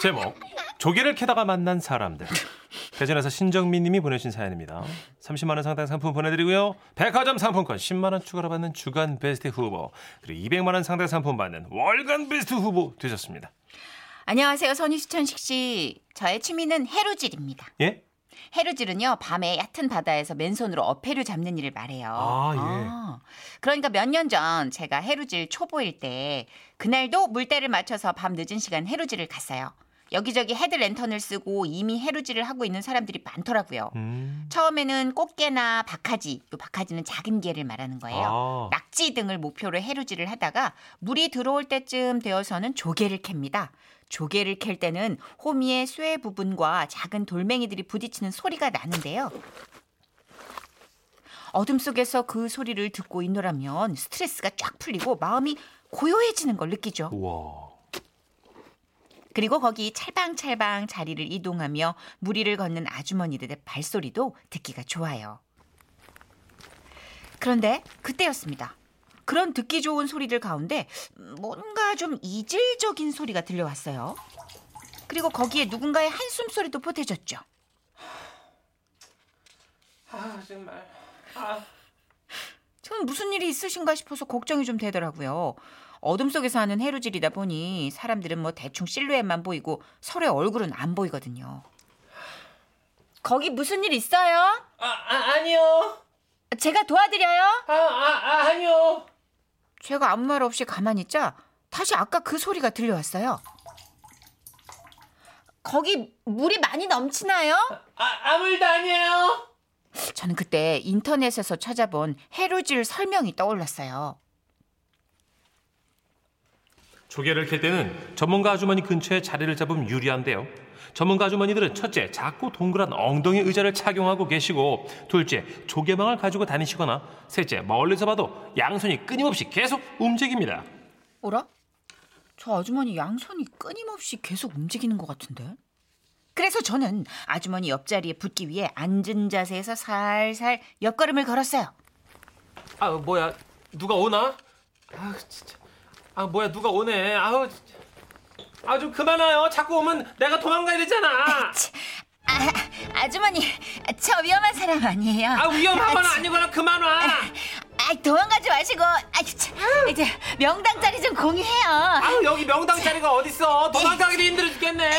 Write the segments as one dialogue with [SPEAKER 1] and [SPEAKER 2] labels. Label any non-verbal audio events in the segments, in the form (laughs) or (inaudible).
[SPEAKER 1] 제목 조개를 캐다가 만난 사람들 대전에서 신정민님이 보내신 사연입니다 30만 원 상당 상품 보내드리고요 백화점 상품권 10만 원 추가로 받는 주간 베스트 후보 그리고 200만 원 상당 상품 받는 월간 베스트 후보 되셨습니다
[SPEAKER 2] 안녕하세요, 선희수천식 씨. 저의 취미는 해루질입니다.
[SPEAKER 1] 예?
[SPEAKER 2] 해루질은요, 밤에 얕은 바다에서 맨손으로 어패류 잡는 일을 말해요.
[SPEAKER 1] 아, 예.
[SPEAKER 2] 아, 그러니까 몇 년 전 제가 해루질 초보일 때, 그날도 물때를 맞춰서 밤 늦은 시간 해루질을 갔어요. 여기저기 헤드랜턴을 쓰고 이미 해루질을 하고 있는 사람들이 많더라고요.
[SPEAKER 1] 음.
[SPEAKER 2] 처음에는 꽃게나 박하지, 요 박하지는 작은 게를 말하는 거예요.
[SPEAKER 1] 아.
[SPEAKER 2] 낙지 등을 목표로 해루질을 하다가 물이 들어올 때쯤 되어서는 조개를 캡니다. 조개를 캘 때는 호미의 쇠 부분과 작은 돌멩이들이 부딪히는 소리가 나는데요. 어둠 속에서 그 소리를 듣고 있노라면 스트레스가 쫙 풀리고 마음이 고요해지는 걸 느끼죠.
[SPEAKER 1] 우와
[SPEAKER 2] 그리고 거기 찰방찰방 자리를 이동하며 무리를 걷는 아주머니들의 발소리도 듣기가 좋아요. 그런데 그때였습니다. 그런 듣기 좋은 소리들 가운데 뭔가 좀 이질적인 소리가 들려왔어요. 그리고 거기에 누군가의 한숨 소리도 보태졌죠.
[SPEAKER 1] 아 정말
[SPEAKER 2] 저는 무슨 일이 있으신가 싶어서 걱정이 좀 되더라고요. 어둠 속에서 하는 해루질이다 보니 사람들은 뭐 대충 실루엣만 보이고 서로의 얼굴은 안 보이거든요. 거기 무슨 일 있어요?
[SPEAKER 1] 아, 아 아니요
[SPEAKER 2] 제가 도와드려요?
[SPEAKER 1] 아, 아, 아 아니요
[SPEAKER 2] 제가 아무 말 없이 가만히 있자 다시 아까 그 소리가 들려왔어요. 거기 물이 많이 넘치나요?
[SPEAKER 1] 아 아물도 아니에요
[SPEAKER 2] 저는 그때 인터넷에서 찾아본 해루질 설명이 떠올랐어요.
[SPEAKER 1] 조개를 캘 때는 전문가 아주머니 근처에 자리를 잡으면 유리한데요. 전문가 아주머니들은 첫째, 작고 동그란 엉덩이 의자를 착용하고 계시고, 둘째, 조개망을 가지고 다니시거나, 셋째, 멀리서 봐도 양손이 끊임없이 계속 움직입니다.
[SPEAKER 2] 어라? 저 아주머니 양손이 끊임없이 계속 움직이는 것 같은데? 그래서 저는 아주머니 옆자리에 붙기 위해 앉은 자세에서 살살 옆걸음을 걸었어요.
[SPEAKER 1] 아, 뭐야, 누가 오나? 아, 진짜. 아, 뭐야, 누가 오네. 아우, 진짜. 아, 좀 그만 와요. 자꾸 오면 내가 도망가야 되잖아.
[SPEAKER 2] 아, 아주머니, 저 위험한 사람 아니에요.
[SPEAKER 1] 아, 위험하거나
[SPEAKER 2] 아,
[SPEAKER 1] 아니거나 그만 와.
[SPEAKER 2] 아, 도망가지 마시고, 아, 참, 이제 명당 자리 좀 공유해요. 아,
[SPEAKER 1] 아우, 여기 명당 자리가 어딨어. 도망가기도 힘들어 죽겠네.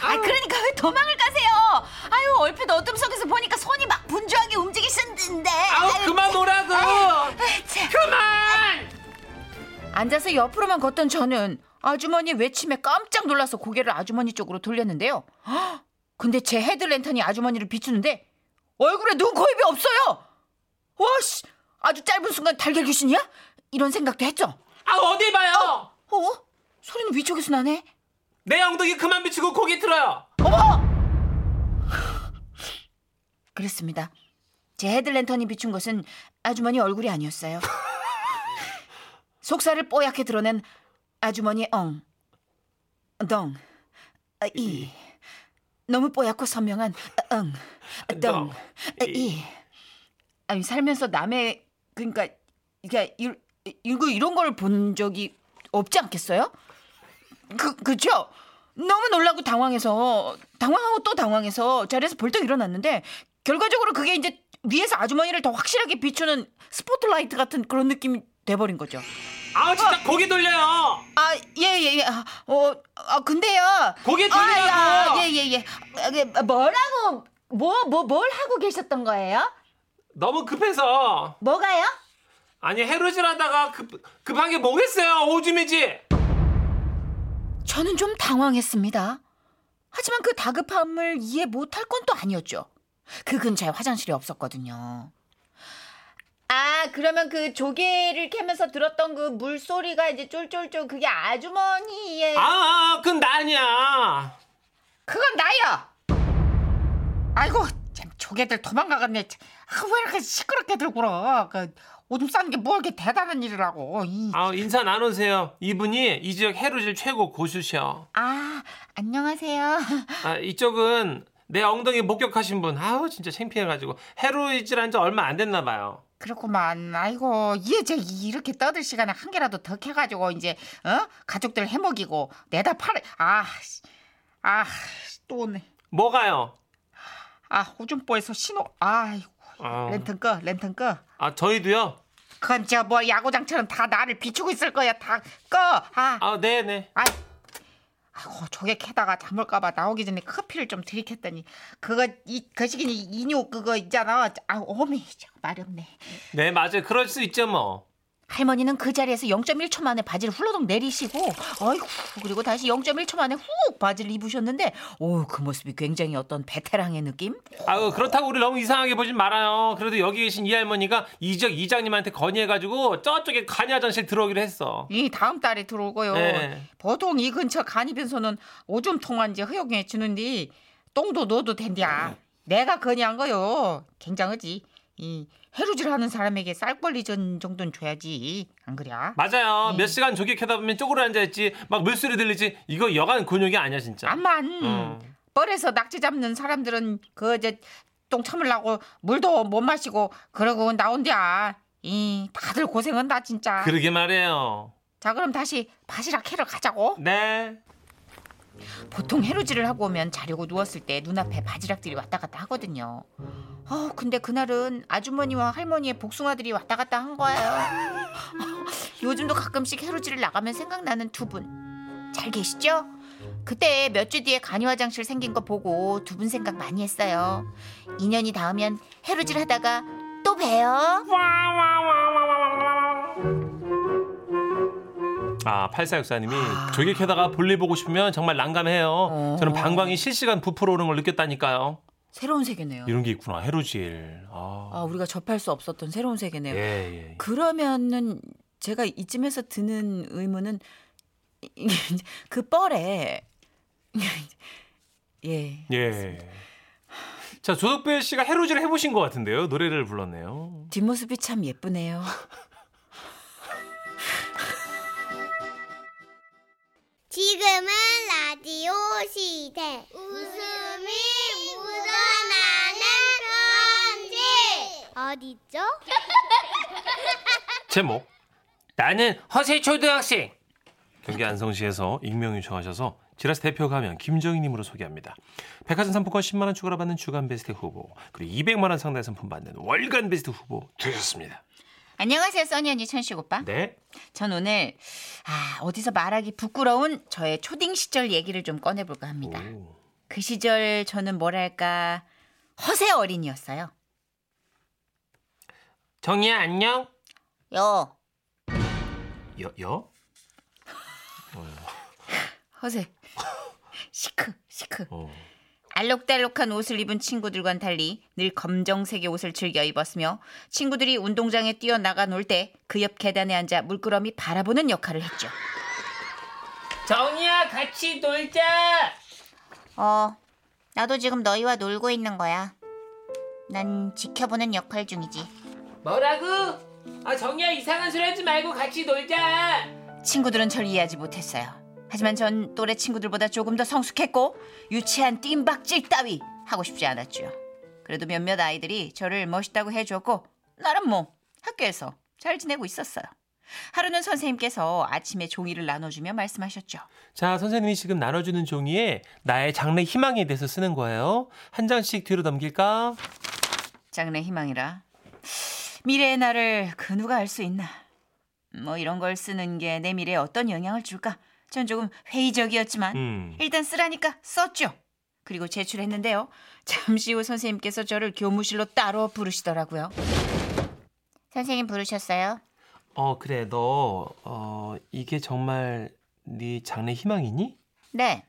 [SPEAKER 2] 그러니까 왜 도망을 가세요? 아유, 얼핏 어둠 속에서 보니까 손이 막 분주하게 움직이시는데.
[SPEAKER 1] 아우, 그만 오라고.
[SPEAKER 2] 참.
[SPEAKER 1] 그만!
[SPEAKER 2] 앉아서 옆으로만 걷던 저는 아주머니 외침에 깜짝 놀라서 고개를 아주머니 쪽으로 돌렸는데요. 헉! 근데 제 헤드랜턴이 아주머니를 비추는데 얼굴에 눈, 코, 입이 없어요. 와 씨, 아주 짧은 순간 달걀 귀신이야? 이런 생각도 했죠.
[SPEAKER 1] 아 어디 봐요?
[SPEAKER 2] 어? 소리는 위쪽에서 나네.
[SPEAKER 1] 내 엉덩이 그만 비치고 고기 틀어요.
[SPEAKER 2] 그렇습니다. 제 헤드랜턴이 비춘 것은 아주머니 얼굴이 아니었어요. (laughs) 속살을 뽀얗게 드러낸 아주머니 엉, 덩, 어, 이. 너무 뽀얗고 선명한 어, 엉, 덩,
[SPEAKER 1] 덩,
[SPEAKER 2] 어, 이. 아니 살면서 남의 그러니까 이게 일- 이거 이런 걸 본 적이 없지 않겠어요? 그 그죠? 너무 놀라고 당황해서 당황하고 또 당황해서 자리에서 벌떡 일어났는데 결과적으로 그게 이제 위에서 아주머니를 더 확실하게 비추는 스포트라이트 같은 그런 느낌이 돼버린 거죠.
[SPEAKER 1] 아우 진짜 고기 돌려요.
[SPEAKER 2] 아, 예, 예, 예. 아, 어, 아, 근데요.
[SPEAKER 1] 고개 돌리라고!
[SPEAKER 2] 아, 아, 예, 예, 예. 아, 예, 뭐라고, 뭐, 뭐, 뭘 하고 계셨던 거예요?
[SPEAKER 1] 너무 급해서
[SPEAKER 2] 뭐가요?
[SPEAKER 1] 아니 해루질하다가 급 급한 게 뭐겠어요? 오줌이지.
[SPEAKER 2] 저는 좀 당황했습니다. 하지만 그 다급함을 이해 못할 건 또 아니었죠. 그 근처에 화장실이 없었거든요. 아, 그러면 그 조개를 캐면서 들었던 그 물소리가 이제 쫄쫄쫄 그게 아주머니의.
[SPEAKER 1] 아, 아 그건 나 아니야.
[SPEAKER 2] 그건 나야. 아이고 참 조개들 도망가겠네. 아, 왜 이렇게 시끄럽게 들고 그러? 그 오줌 싸는 게 뭐 이렇게 대단한 일이라고. 이.
[SPEAKER 1] 아 인사 나누세요. 이분이 이 지역 해루질 최고 고수셔.
[SPEAKER 2] 아 안녕하세요.
[SPEAKER 1] 아 이쪽은 내 엉덩이 목격하신 분. 아우 진짜 창피해가지고 해루질한 지 얼마 안 됐나 봐요.
[SPEAKER 2] 그렇구만. 아이고 이제 이렇게 떠들 시간에 한 개라도 더 캐가지고 이제 어 가족들 해먹이고 내다 팔아. 아 씨. 아, 또 오네.
[SPEAKER 1] 뭐가요?
[SPEAKER 2] 아, 호준뽀에서 신호. 아이고.
[SPEAKER 1] 아.
[SPEAKER 2] 랜턴 꺼, 랜턴 꺼.
[SPEAKER 1] 아 저희도요.
[SPEAKER 2] 그건 저 뭐 야구장처럼 다 나를 비추고 있을 거야. 다 꺼. 아,
[SPEAKER 1] 아 네네.
[SPEAKER 2] 아. 아이고, 저게 캐다가 잠을까봐 나오기 전에 커피를 좀 들이켰더니 그거 이 거시기니 인유 그거 있잖아. 아, 어미 말이 없네.
[SPEAKER 1] 네 맞아요. 그럴 수 있죠 뭐.
[SPEAKER 2] 할머니는 그 자리에서 0.1초 만에 바지를 훌러덩 내리시고 어이구 그리고 다시 0.1초 만에 훅 바지를 입으셨는데 오 그 모습이 굉장히 어떤 베테랑의 느낌?
[SPEAKER 1] 아유 그렇다고 우리 너무 이상하게 보진 말아요. 그래도 여기 계신 이 할머니가 이적 이장님한테 건의해가지고 저쪽에 간이 화장실 들어오기로 했어.
[SPEAKER 2] 이 다음 달에 들어오고요.
[SPEAKER 1] 네.
[SPEAKER 2] 보통 이 근처 간이변소는 오줌 통한지 허용해 주는데 똥도 넣어도 된디야. 내가 건의한 거요. 굉장하지. 이 해루질 하는 사람에게 쌀벌리 전 정도는 줘야지. 안 그래?
[SPEAKER 1] 맞아요.
[SPEAKER 2] 네.
[SPEAKER 1] 몇 시간 조객하다 보면 쪼그려 앉아있지. 막 물소리 들리지. 이거 여간 근육이 아니야 진짜.
[SPEAKER 2] 암만
[SPEAKER 1] 어.
[SPEAKER 2] 뻘에서 낙지 잡는 사람들은 그저똥 참으려고 물도 못 마시고 그러고 나온디야. 이 다들 고생한다 진짜.
[SPEAKER 1] 그러게 말이에요.
[SPEAKER 2] 자 그럼 다시 바시락 캐러 가자고.
[SPEAKER 1] 네.
[SPEAKER 2] 보통 해루질을 하고 오면 자려고 누웠을 때 눈앞에 바지락들이 왔다 갔다 하거든요. 어, 근데 그날은 아주머니와 할머니의 복숭아들이 왔다 갔다 한 거예요. (laughs) 요즘도 가끔씩 해루질을 나가면 생각나는 두 분. 잘 계시죠? 그때 몇 주 뒤에 간이 화장실 생긴 거 보고 두 분 생각 많이 했어요. 2년이 닿으면 해루질 하다가 또 봬요.
[SPEAKER 1] 아, 8464님이 조객하다가 볼일 보고 싶으면 정말 난감해요. 저는 방광이 실시간 부풀어 오는 걸 느꼈다니까요.
[SPEAKER 2] 새로운 세계네요.
[SPEAKER 1] 이런 게 있구나. 해루질. 아.
[SPEAKER 2] 우리가 접할 수 없었던 새로운 세계네요.
[SPEAKER 1] 예, 예.
[SPEAKER 3] 그러면은 제가 이쯤에서 드는 의문은 (laughs) 그 뻘에 (laughs) 예.
[SPEAKER 1] 예. 자, 조덕배 씨가 해루질 해보신 것 같은데요. 노래를 불렀네요.
[SPEAKER 3] 뒷모습이 참 예쁘네요.
[SPEAKER 4] 지금은 라디오 시대. 웃음이 묻어나는 편지. 어디죠?
[SPEAKER 1] 제목. 나는 허세 초등학생. 경기 안성시에서 익명 요청하셔서 지라스 대표 가면 김정희님으로 소개합니다. 백화점 상품권 10만 원 추가로 받는 주간 베스트 후보 그리고 200만 원 상당 상품 받는 월간 베스트 후보 되셨습니다.
[SPEAKER 2] 안녕하세요, 써니 언니 천식 오빠.
[SPEAKER 1] 네.
[SPEAKER 2] 전 오늘 아, 어디서 말하기 부끄러운 저의 초딩 시절 얘기를 좀 꺼내볼까 합니다.
[SPEAKER 1] 오.
[SPEAKER 2] 그 시절 저는 뭐랄까 허세 어린이였어요.
[SPEAKER 1] 정희야 안녕.
[SPEAKER 2] 요
[SPEAKER 1] 여 여.
[SPEAKER 2] (laughs) 허세 (laughs) 시크 시크
[SPEAKER 1] 어.
[SPEAKER 2] 알록달록한 옷을 입은 친구들과는 달리 늘 검정색의 옷을 즐겨 입었으며 친구들이 운동장에 뛰어나가 놀 때 그 옆 계단에 앉아 물끄러미 바라보는 역할을 했죠.
[SPEAKER 5] 정이야 같이 놀자.
[SPEAKER 4] 어, 나도 지금 너희와 놀고 있는 거야. 난 지켜보는 역할 중이지.
[SPEAKER 5] 뭐라고? 아 정이야 이상한 소리 하지 말고 같이 놀자.
[SPEAKER 2] 친구들은 절 이해하지 못했어요. 하지만 전 또래 친구들보다 조금 더 성숙했고 유치한 뜀박질 따위 하고 싶지 않았죠. 그래도 몇몇 아이들이 저를 멋있다고 해주었고 나름 뭐 학교에서 잘 지내고 있었어요. 하루는 선생님께서 아침에 종이를 나눠주며 말씀하셨죠.
[SPEAKER 1] 자 선생님이 지금 나눠주는 종이에 나의 장래 희망에 대해서 쓰는 거예요. 한 장씩 뒤로 넘길까?
[SPEAKER 2] 장래 희망이라 미래의 나를 그 누가 알 수 있나. 뭐 이런 걸 쓰는 게 내 미래에 어떤 영향을 줄까? 전 조금 회의적이었지만
[SPEAKER 1] 음.
[SPEAKER 2] 일단 쓰라니까 썼죠. 그리고 제출했는데요. 잠시 후 선생님께서 저를 교무실로 따로 부르시더라고요.
[SPEAKER 4] 선생님 부르셨어요?
[SPEAKER 1] 어 그래 너 어, 이게 정말 네 장래 희망이니?
[SPEAKER 2] 네,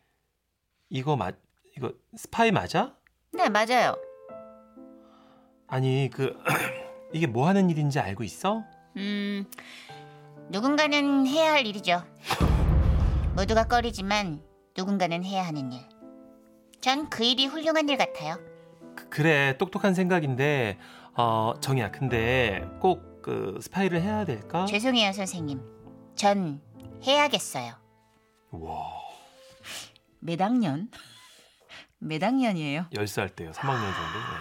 [SPEAKER 1] 이거 맞 이거 스파이 맞아?
[SPEAKER 2] 네 맞아요.
[SPEAKER 1] 아니 그 (clears throat) 이게 뭐 하는 일인지 알고 있어?
[SPEAKER 4] 음, 누군가는 해야 할 일이죠. 모두가 꺼리지만 누군가는 해야 하는 일. 전 그 일이 훌륭한 일 같아요.
[SPEAKER 1] 그, 래 똑똑한 생각인데 어 정이야 근데 꼭 그 스파이를 해야 될까?
[SPEAKER 4] 죄송해요, 선생님. 전 해야겠어요.
[SPEAKER 1] 와
[SPEAKER 2] 매학년 (laughs) 매학년이에요.
[SPEAKER 1] 10살 때요 3학년 정도 네.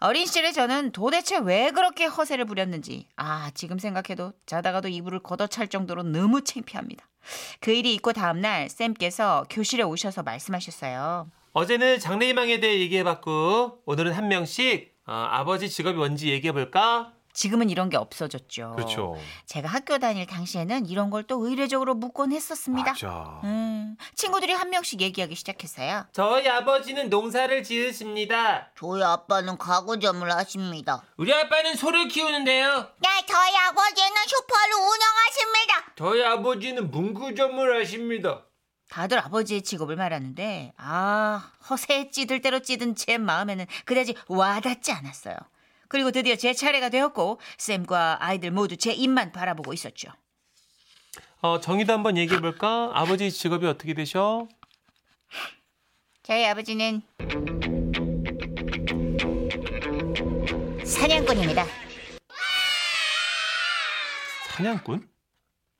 [SPEAKER 2] 어린 시절에 저는 도대체 왜 그렇게 허세를 부렸는지 아 지금 생각해도 자다가도 이불을 걷어찰 정도로 너무 창피합니다. 그 일이 있고 다음날 쌤께서 교실에 오셔서 말씀하셨어요.
[SPEAKER 1] 어제는 장래희망에 대해 얘기해봤고 오늘은 한 명씩 어, 아버지 직업이 뭔지 얘기해볼까?
[SPEAKER 2] 지금은 이런 게 없어졌죠.
[SPEAKER 1] 그렇죠.
[SPEAKER 2] 제가 학교 다닐 당시에는 이런 걸 또 의례적으로 묻곤 했었습니다.
[SPEAKER 1] 맞아.
[SPEAKER 2] 음, 친구들이 한 명씩 얘기하기 시작했어요.
[SPEAKER 5] 저희 아버지는 농사를 지으십니다.
[SPEAKER 4] 저희 아빠는 가구점을 하십니다.
[SPEAKER 5] 우리 아빠는 소를 키우는데요.
[SPEAKER 4] 네, 저희 아버지는 슈퍼를 운영하십니다.
[SPEAKER 5] 저희 아버지는 문구점을 하십니다.
[SPEAKER 2] 다들 아버지의 직업을 말하는데 아 허세에 찌들 대로 찌든 제 마음에는 그다지 와닿지 않았어요. 그리고 드디어 제 차례가 되었고 쌤과 아이들 모두 제 입만 바라보고 있었죠.
[SPEAKER 1] 어, 정의도 한번 얘기해볼까? 아버지 직업이 어떻게 되셔?
[SPEAKER 4] 저희 아버지는 사냥꾼입니다.
[SPEAKER 1] 사냥꾼?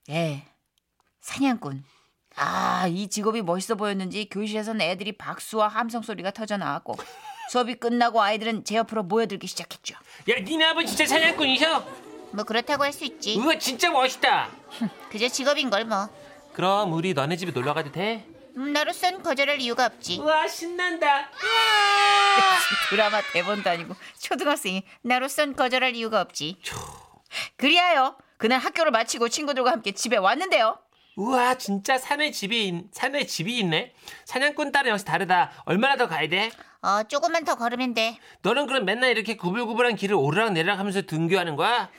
[SPEAKER 2] 예, 사냥꾼. 아 이 직업이 멋있어 보였는지 교실에서는 애들이 박수와 함성 소리가 터져 나왔고 수업이 끝나고 아이들은 제 옆으로 모여들기 시작했죠.
[SPEAKER 5] 야, 니네 아버지 진짜 사냥꾼이셔?
[SPEAKER 4] 뭐 그렇다고 할 수 있지.
[SPEAKER 5] 우와, 진짜 멋있다.
[SPEAKER 4] 그저 직업인 걸 뭐.
[SPEAKER 1] 그럼 우리 너네 집에 놀러 가도 돼?
[SPEAKER 4] 음, 나로선 거절할 이유가 없지.
[SPEAKER 5] 우와, 신난다.
[SPEAKER 2] 드라마 대본도 아니고 초등학생이
[SPEAKER 4] 나로선 거절할 이유가 없지.
[SPEAKER 2] 그리하여 그날 학교를 마치고 친구들과 함께 집에 왔는데요.
[SPEAKER 5] 우와, 진짜 사내 집이, 있- 사내 집이 있네. 사냥꾼 딸은 역시 다르다. 얼마나 더 가야 돼?
[SPEAKER 4] 어, 조금만 더 걸으면 돼.
[SPEAKER 5] 너는 그럼 맨날 이렇게 구불구불한 길을 오르락 내리락 하면서 등교하는 거야?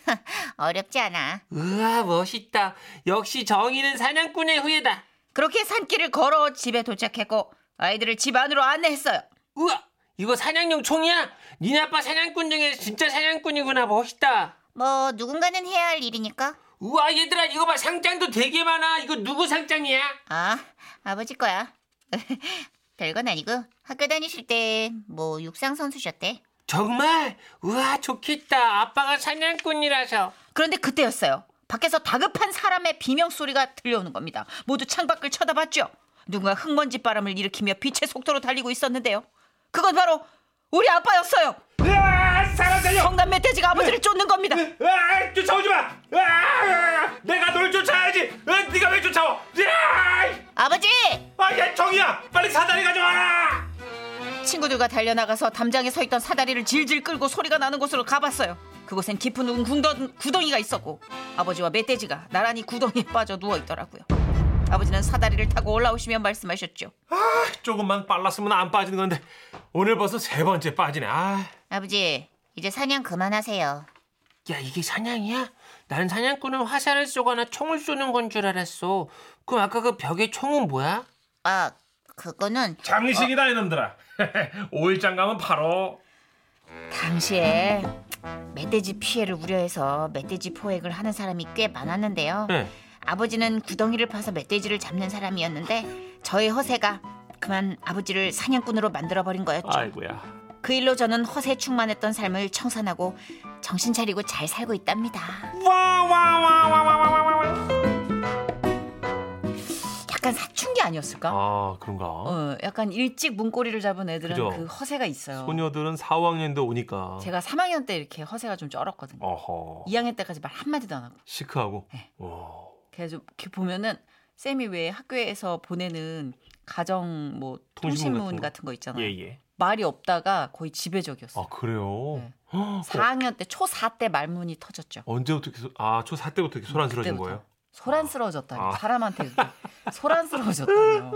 [SPEAKER 4] 어렵지 않아.
[SPEAKER 5] 우와, 멋있다. 역시 정의는 사냥꾼의 후예다.
[SPEAKER 2] 그렇게 산길을 걸어 집에 도착했고 아이들을 집 안으로 안내했어요.
[SPEAKER 5] 우와, 이거 사냥용 총이야? 니네 아빠 사냥꾼 중에 진짜 사냥꾼이구나. 멋있다.
[SPEAKER 4] 뭐 누군가는 해야 할 일이니까.
[SPEAKER 5] 우와, 얘들아, 이거 봐. 상장도 되게 많아. 이거 누구 상장이야?
[SPEAKER 4] 아, 아버지 거야. (laughs) 별건 아니고 학교 다니실 때 뭐 육상 선수셨대.
[SPEAKER 5] 정말? 우와, 좋겠다. 아빠가 사냥꾼이라서.
[SPEAKER 2] 그런데 그때였어요. 밖에서 다급한 사람의 비명 소리가 들려오는 겁니다. 모두 창밖을 쳐다봤죠. 누군가 흙먼지 바람을 일으키며 빛의 속도로 달리고 있었는데요. 그건 바로 우리 아빠였어요.
[SPEAKER 5] 으아, 사람 살려!
[SPEAKER 2] 성남 멧돼지가 아버지를 쫓는 겁니다.
[SPEAKER 5] 으아, 쫓아오지 마! 으아, 내가 널 쫓아야지! 으아, 네가 왜 쫓아와? 으아!
[SPEAKER 4] 아버지!
[SPEAKER 5] 아, 야, 정이야! 빨리 사다리 가져와라!
[SPEAKER 2] 친구들과 달려나가서 담장에 서 있던 사다리를 질질 끌고 소리가 나는 곳으로 가봤어요. 그곳엔 깊은 웅 궁던, 구덩이가 있었고 아버지와 멧돼지가 나란히 구덩이에 (laughs) 빠져 누워 있더라고요. 아버지는 사다리를 타고 올라오시며 말씀하셨죠.
[SPEAKER 1] 조금만 빨랐으면 안 빠지는 건데 오늘 벌써 세 번째 빠지네. 아,
[SPEAKER 4] 아버지, 이제 사냥 그만하세요.
[SPEAKER 5] 야, 이게 사냥이야? 나는 사냥꾼은 화살을 쏘거나 총을 쏘는 건 줄 알았어. 그럼 아까 그 벽에 총은 뭐야?
[SPEAKER 4] 아, 그거는
[SPEAKER 1] 장식이다 이놈들아. (laughs) 5일장 가면 바로
[SPEAKER 4] 당시에 멧돼지 피해를 우려해서 멧돼지 포획을 하는 사람이 꽤 많았는데요.
[SPEAKER 1] 네.
[SPEAKER 4] 아버지는 구덩이를 파서 멧돼지를 잡는 사람이었는데 저의 허세가 그만 아버지를 사냥꾼으로 만들어 버린 거였죠.
[SPEAKER 1] 아이고야.
[SPEAKER 4] 그 일로 저는 허세 충만했던 삶을 청산하고 정신 차리고 잘 살고 있답니다.
[SPEAKER 2] 약간 사춘기 아니었을까?
[SPEAKER 1] 아, 그런가?
[SPEAKER 2] 어, 약간 일찍 문고리를 잡은 애들은
[SPEAKER 1] 그죠.
[SPEAKER 2] 그 허세가 있어요.
[SPEAKER 1] 소녀들은 4, 5학년도 오니까
[SPEAKER 2] 제가 3학년 때 이렇게 허세가 좀 쩔었거든요.
[SPEAKER 1] 어허.
[SPEAKER 2] 2학년 때까지 말 한마디도 안 하고.
[SPEAKER 1] 시크하고.
[SPEAKER 2] 네.
[SPEAKER 1] 와.
[SPEAKER 2] 그래서 이렇게 보면은 쌤이 왜 학교에서 보내는 가정 뭐
[SPEAKER 1] 통신문
[SPEAKER 2] 통신문,
[SPEAKER 1] 같은 거.
[SPEAKER 2] 같은, 거 있잖아요.
[SPEAKER 1] 예예.
[SPEAKER 2] 말이 없다가 거의 지배적이었어요.
[SPEAKER 1] 아 그래요.
[SPEAKER 2] 네.
[SPEAKER 1] 헉, 어,
[SPEAKER 2] 4학년 때 초 4 때 말문이 터졌죠.
[SPEAKER 1] 언제부터 이렇게 소- 아 초4 때부터 이렇게 소란스러진
[SPEAKER 2] 그때부터.
[SPEAKER 1] 거예요?
[SPEAKER 2] 소란스러워졌다니
[SPEAKER 1] 아.
[SPEAKER 2] 요 사람한테 그게 소란스러워졌다니요.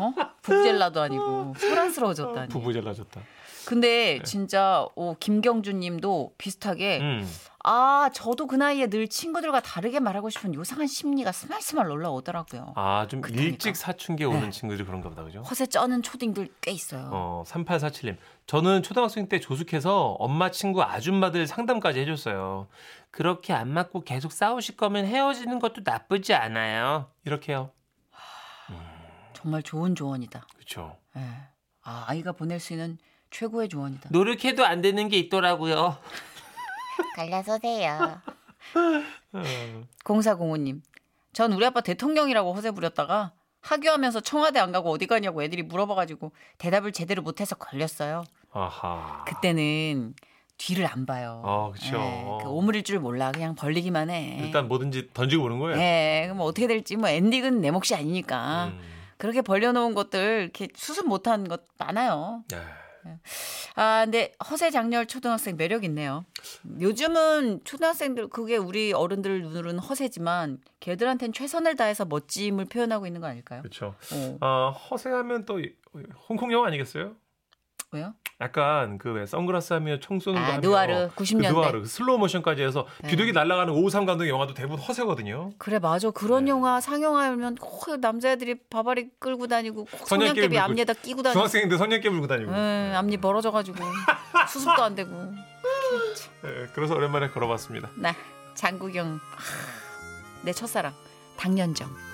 [SPEAKER 2] 어? 북젤라도 아니고 소란스러워졌다니.
[SPEAKER 1] 부부 잘라졌다.
[SPEAKER 2] 근데 진짜 어, 김경주님도 비슷하게
[SPEAKER 1] 음.
[SPEAKER 2] 아 저도 그 나이에 늘 친구들과 다르게 말하고 싶은 요상한 심리가 스말스말 올라오더라고요.
[SPEAKER 1] 아좀
[SPEAKER 2] 그때니까.
[SPEAKER 1] 일찍 사춘기에 오는
[SPEAKER 2] 네.
[SPEAKER 1] 친구들이 그런가 보다 그죠?
[SPEAKER 2] 허세 쩌는 초딩들 꽤 있어요.
[SPEAKER 1] 어 3847님. 저는 초등학생 때 조숙해서 엄마 친구 아줌마들 상담까지 해줬어요. 그렇게 안 맞고 계속 싸우실 거면 헤어지는 것도 나쁘지 않아요. 이렇게요.
[SPEAKER 2] 정말 좋은 조언이다.
[SPEAKER 1] 그렇죠.
[SPEAKER 2] 예. 아, 아이가 보낼 수 있는 최고의 조언이다.
[SPEAKER 5] 노력해도 안 되는 게 있더라고요.
[SPEAKER 4] 갈라서세요.
[SPEAKER 1] 어.
[SPEAKER 2] 공사공호님, 전 우리 아빠 대통령이라고 허세 부렸다가 하교하면서 청와대 안 가고 어디 가냐고 애들이 물어봐가지고 대답을 제대로 못해서 걸렸어요.
[SPEAKER 1] 아하.
[SPEAKER 2] 그때는 뒤를 안 봐요.
[SPEAKER 1] 아, 그쵸.
[SPEAKER 2] 예, 그 오므릴 줄 몰라. 그냥 벌리기만 해.
[SPEAKER 1] 일단 뭐든지 던지고 보는 거예요.
[SPEAKER 2] 예, 그럼 어떻게 될지 뭐 엔딩은 내 몫이 아니니까.
[SPEAKER 1] 음.
[SPEAKER 2] 그렇게 벌려놓은 것들 이렇게 수습 못한 것 많아요.
[SPEAKER 1] 예.
[SPEAKER 2] 아, 근데 허세 장렬 초등학생 매력 있네요. 요즘은 초등학생들 그게 우리 어른들 눈으로는 허세지만 걔들한텐 최선을 다해서 멋짐을 표현하고 있는 거 아닐까요?
[SPEAKER 1] 그렇죠.
[SPEAKER 2] 어,
[SPEAKER 1] 아, 허세하면 또 이- 홍콩 영화 아니겠어요?
[SPEAKER 2] 왜요?
[SPEAKER 1] 약간 그 왜 선글라스 하면 총 쏘는 거
[SPEAKER 2] 아,
[SPEAKER 1] 하면
[SPEAKER 2] 누아르
[SPEAKER 1] 그
[SPEAKER 2] 90년대.
[SPEAKER 1] 누아르 슬로우 모션까지 해서
[SPEAKER 2] 네.
[SPEAKER 1] 비둘기 날아가는 오우삼 감독 영화도 대부분 허세거든요.
[SPEAKER 2] 그래 맞아 그런
[SPEAKER 1] 네.
[SPEAKER 2] 영화 상영하면 꼭 남자애들이 바바리 끌고 다니고 꼭
[SPEAKER 1] 선녀 게임
[SPEAKER 2] 성냥개비
[SPEAKER 1] 물고
[SPEAKER 2] 앞니에다 끼고 다니고
[SPEAKER 1] 중학생인데 선녀끼 물고 다니고.
[SPEAKER 2] 예, 앞니
[SPEAKER 1] (laughs)
[SPEAKER 2] 벌어져가지고 수습도 안 되고
[SPEAKER 1] 예, 그래서
[SPEAKER 2] 네,
[SPEAKER 1] 오랜만에 걸어봤습니다.
[SPEAKER 2] 나 장국영 하, 내 첫사랑 당년정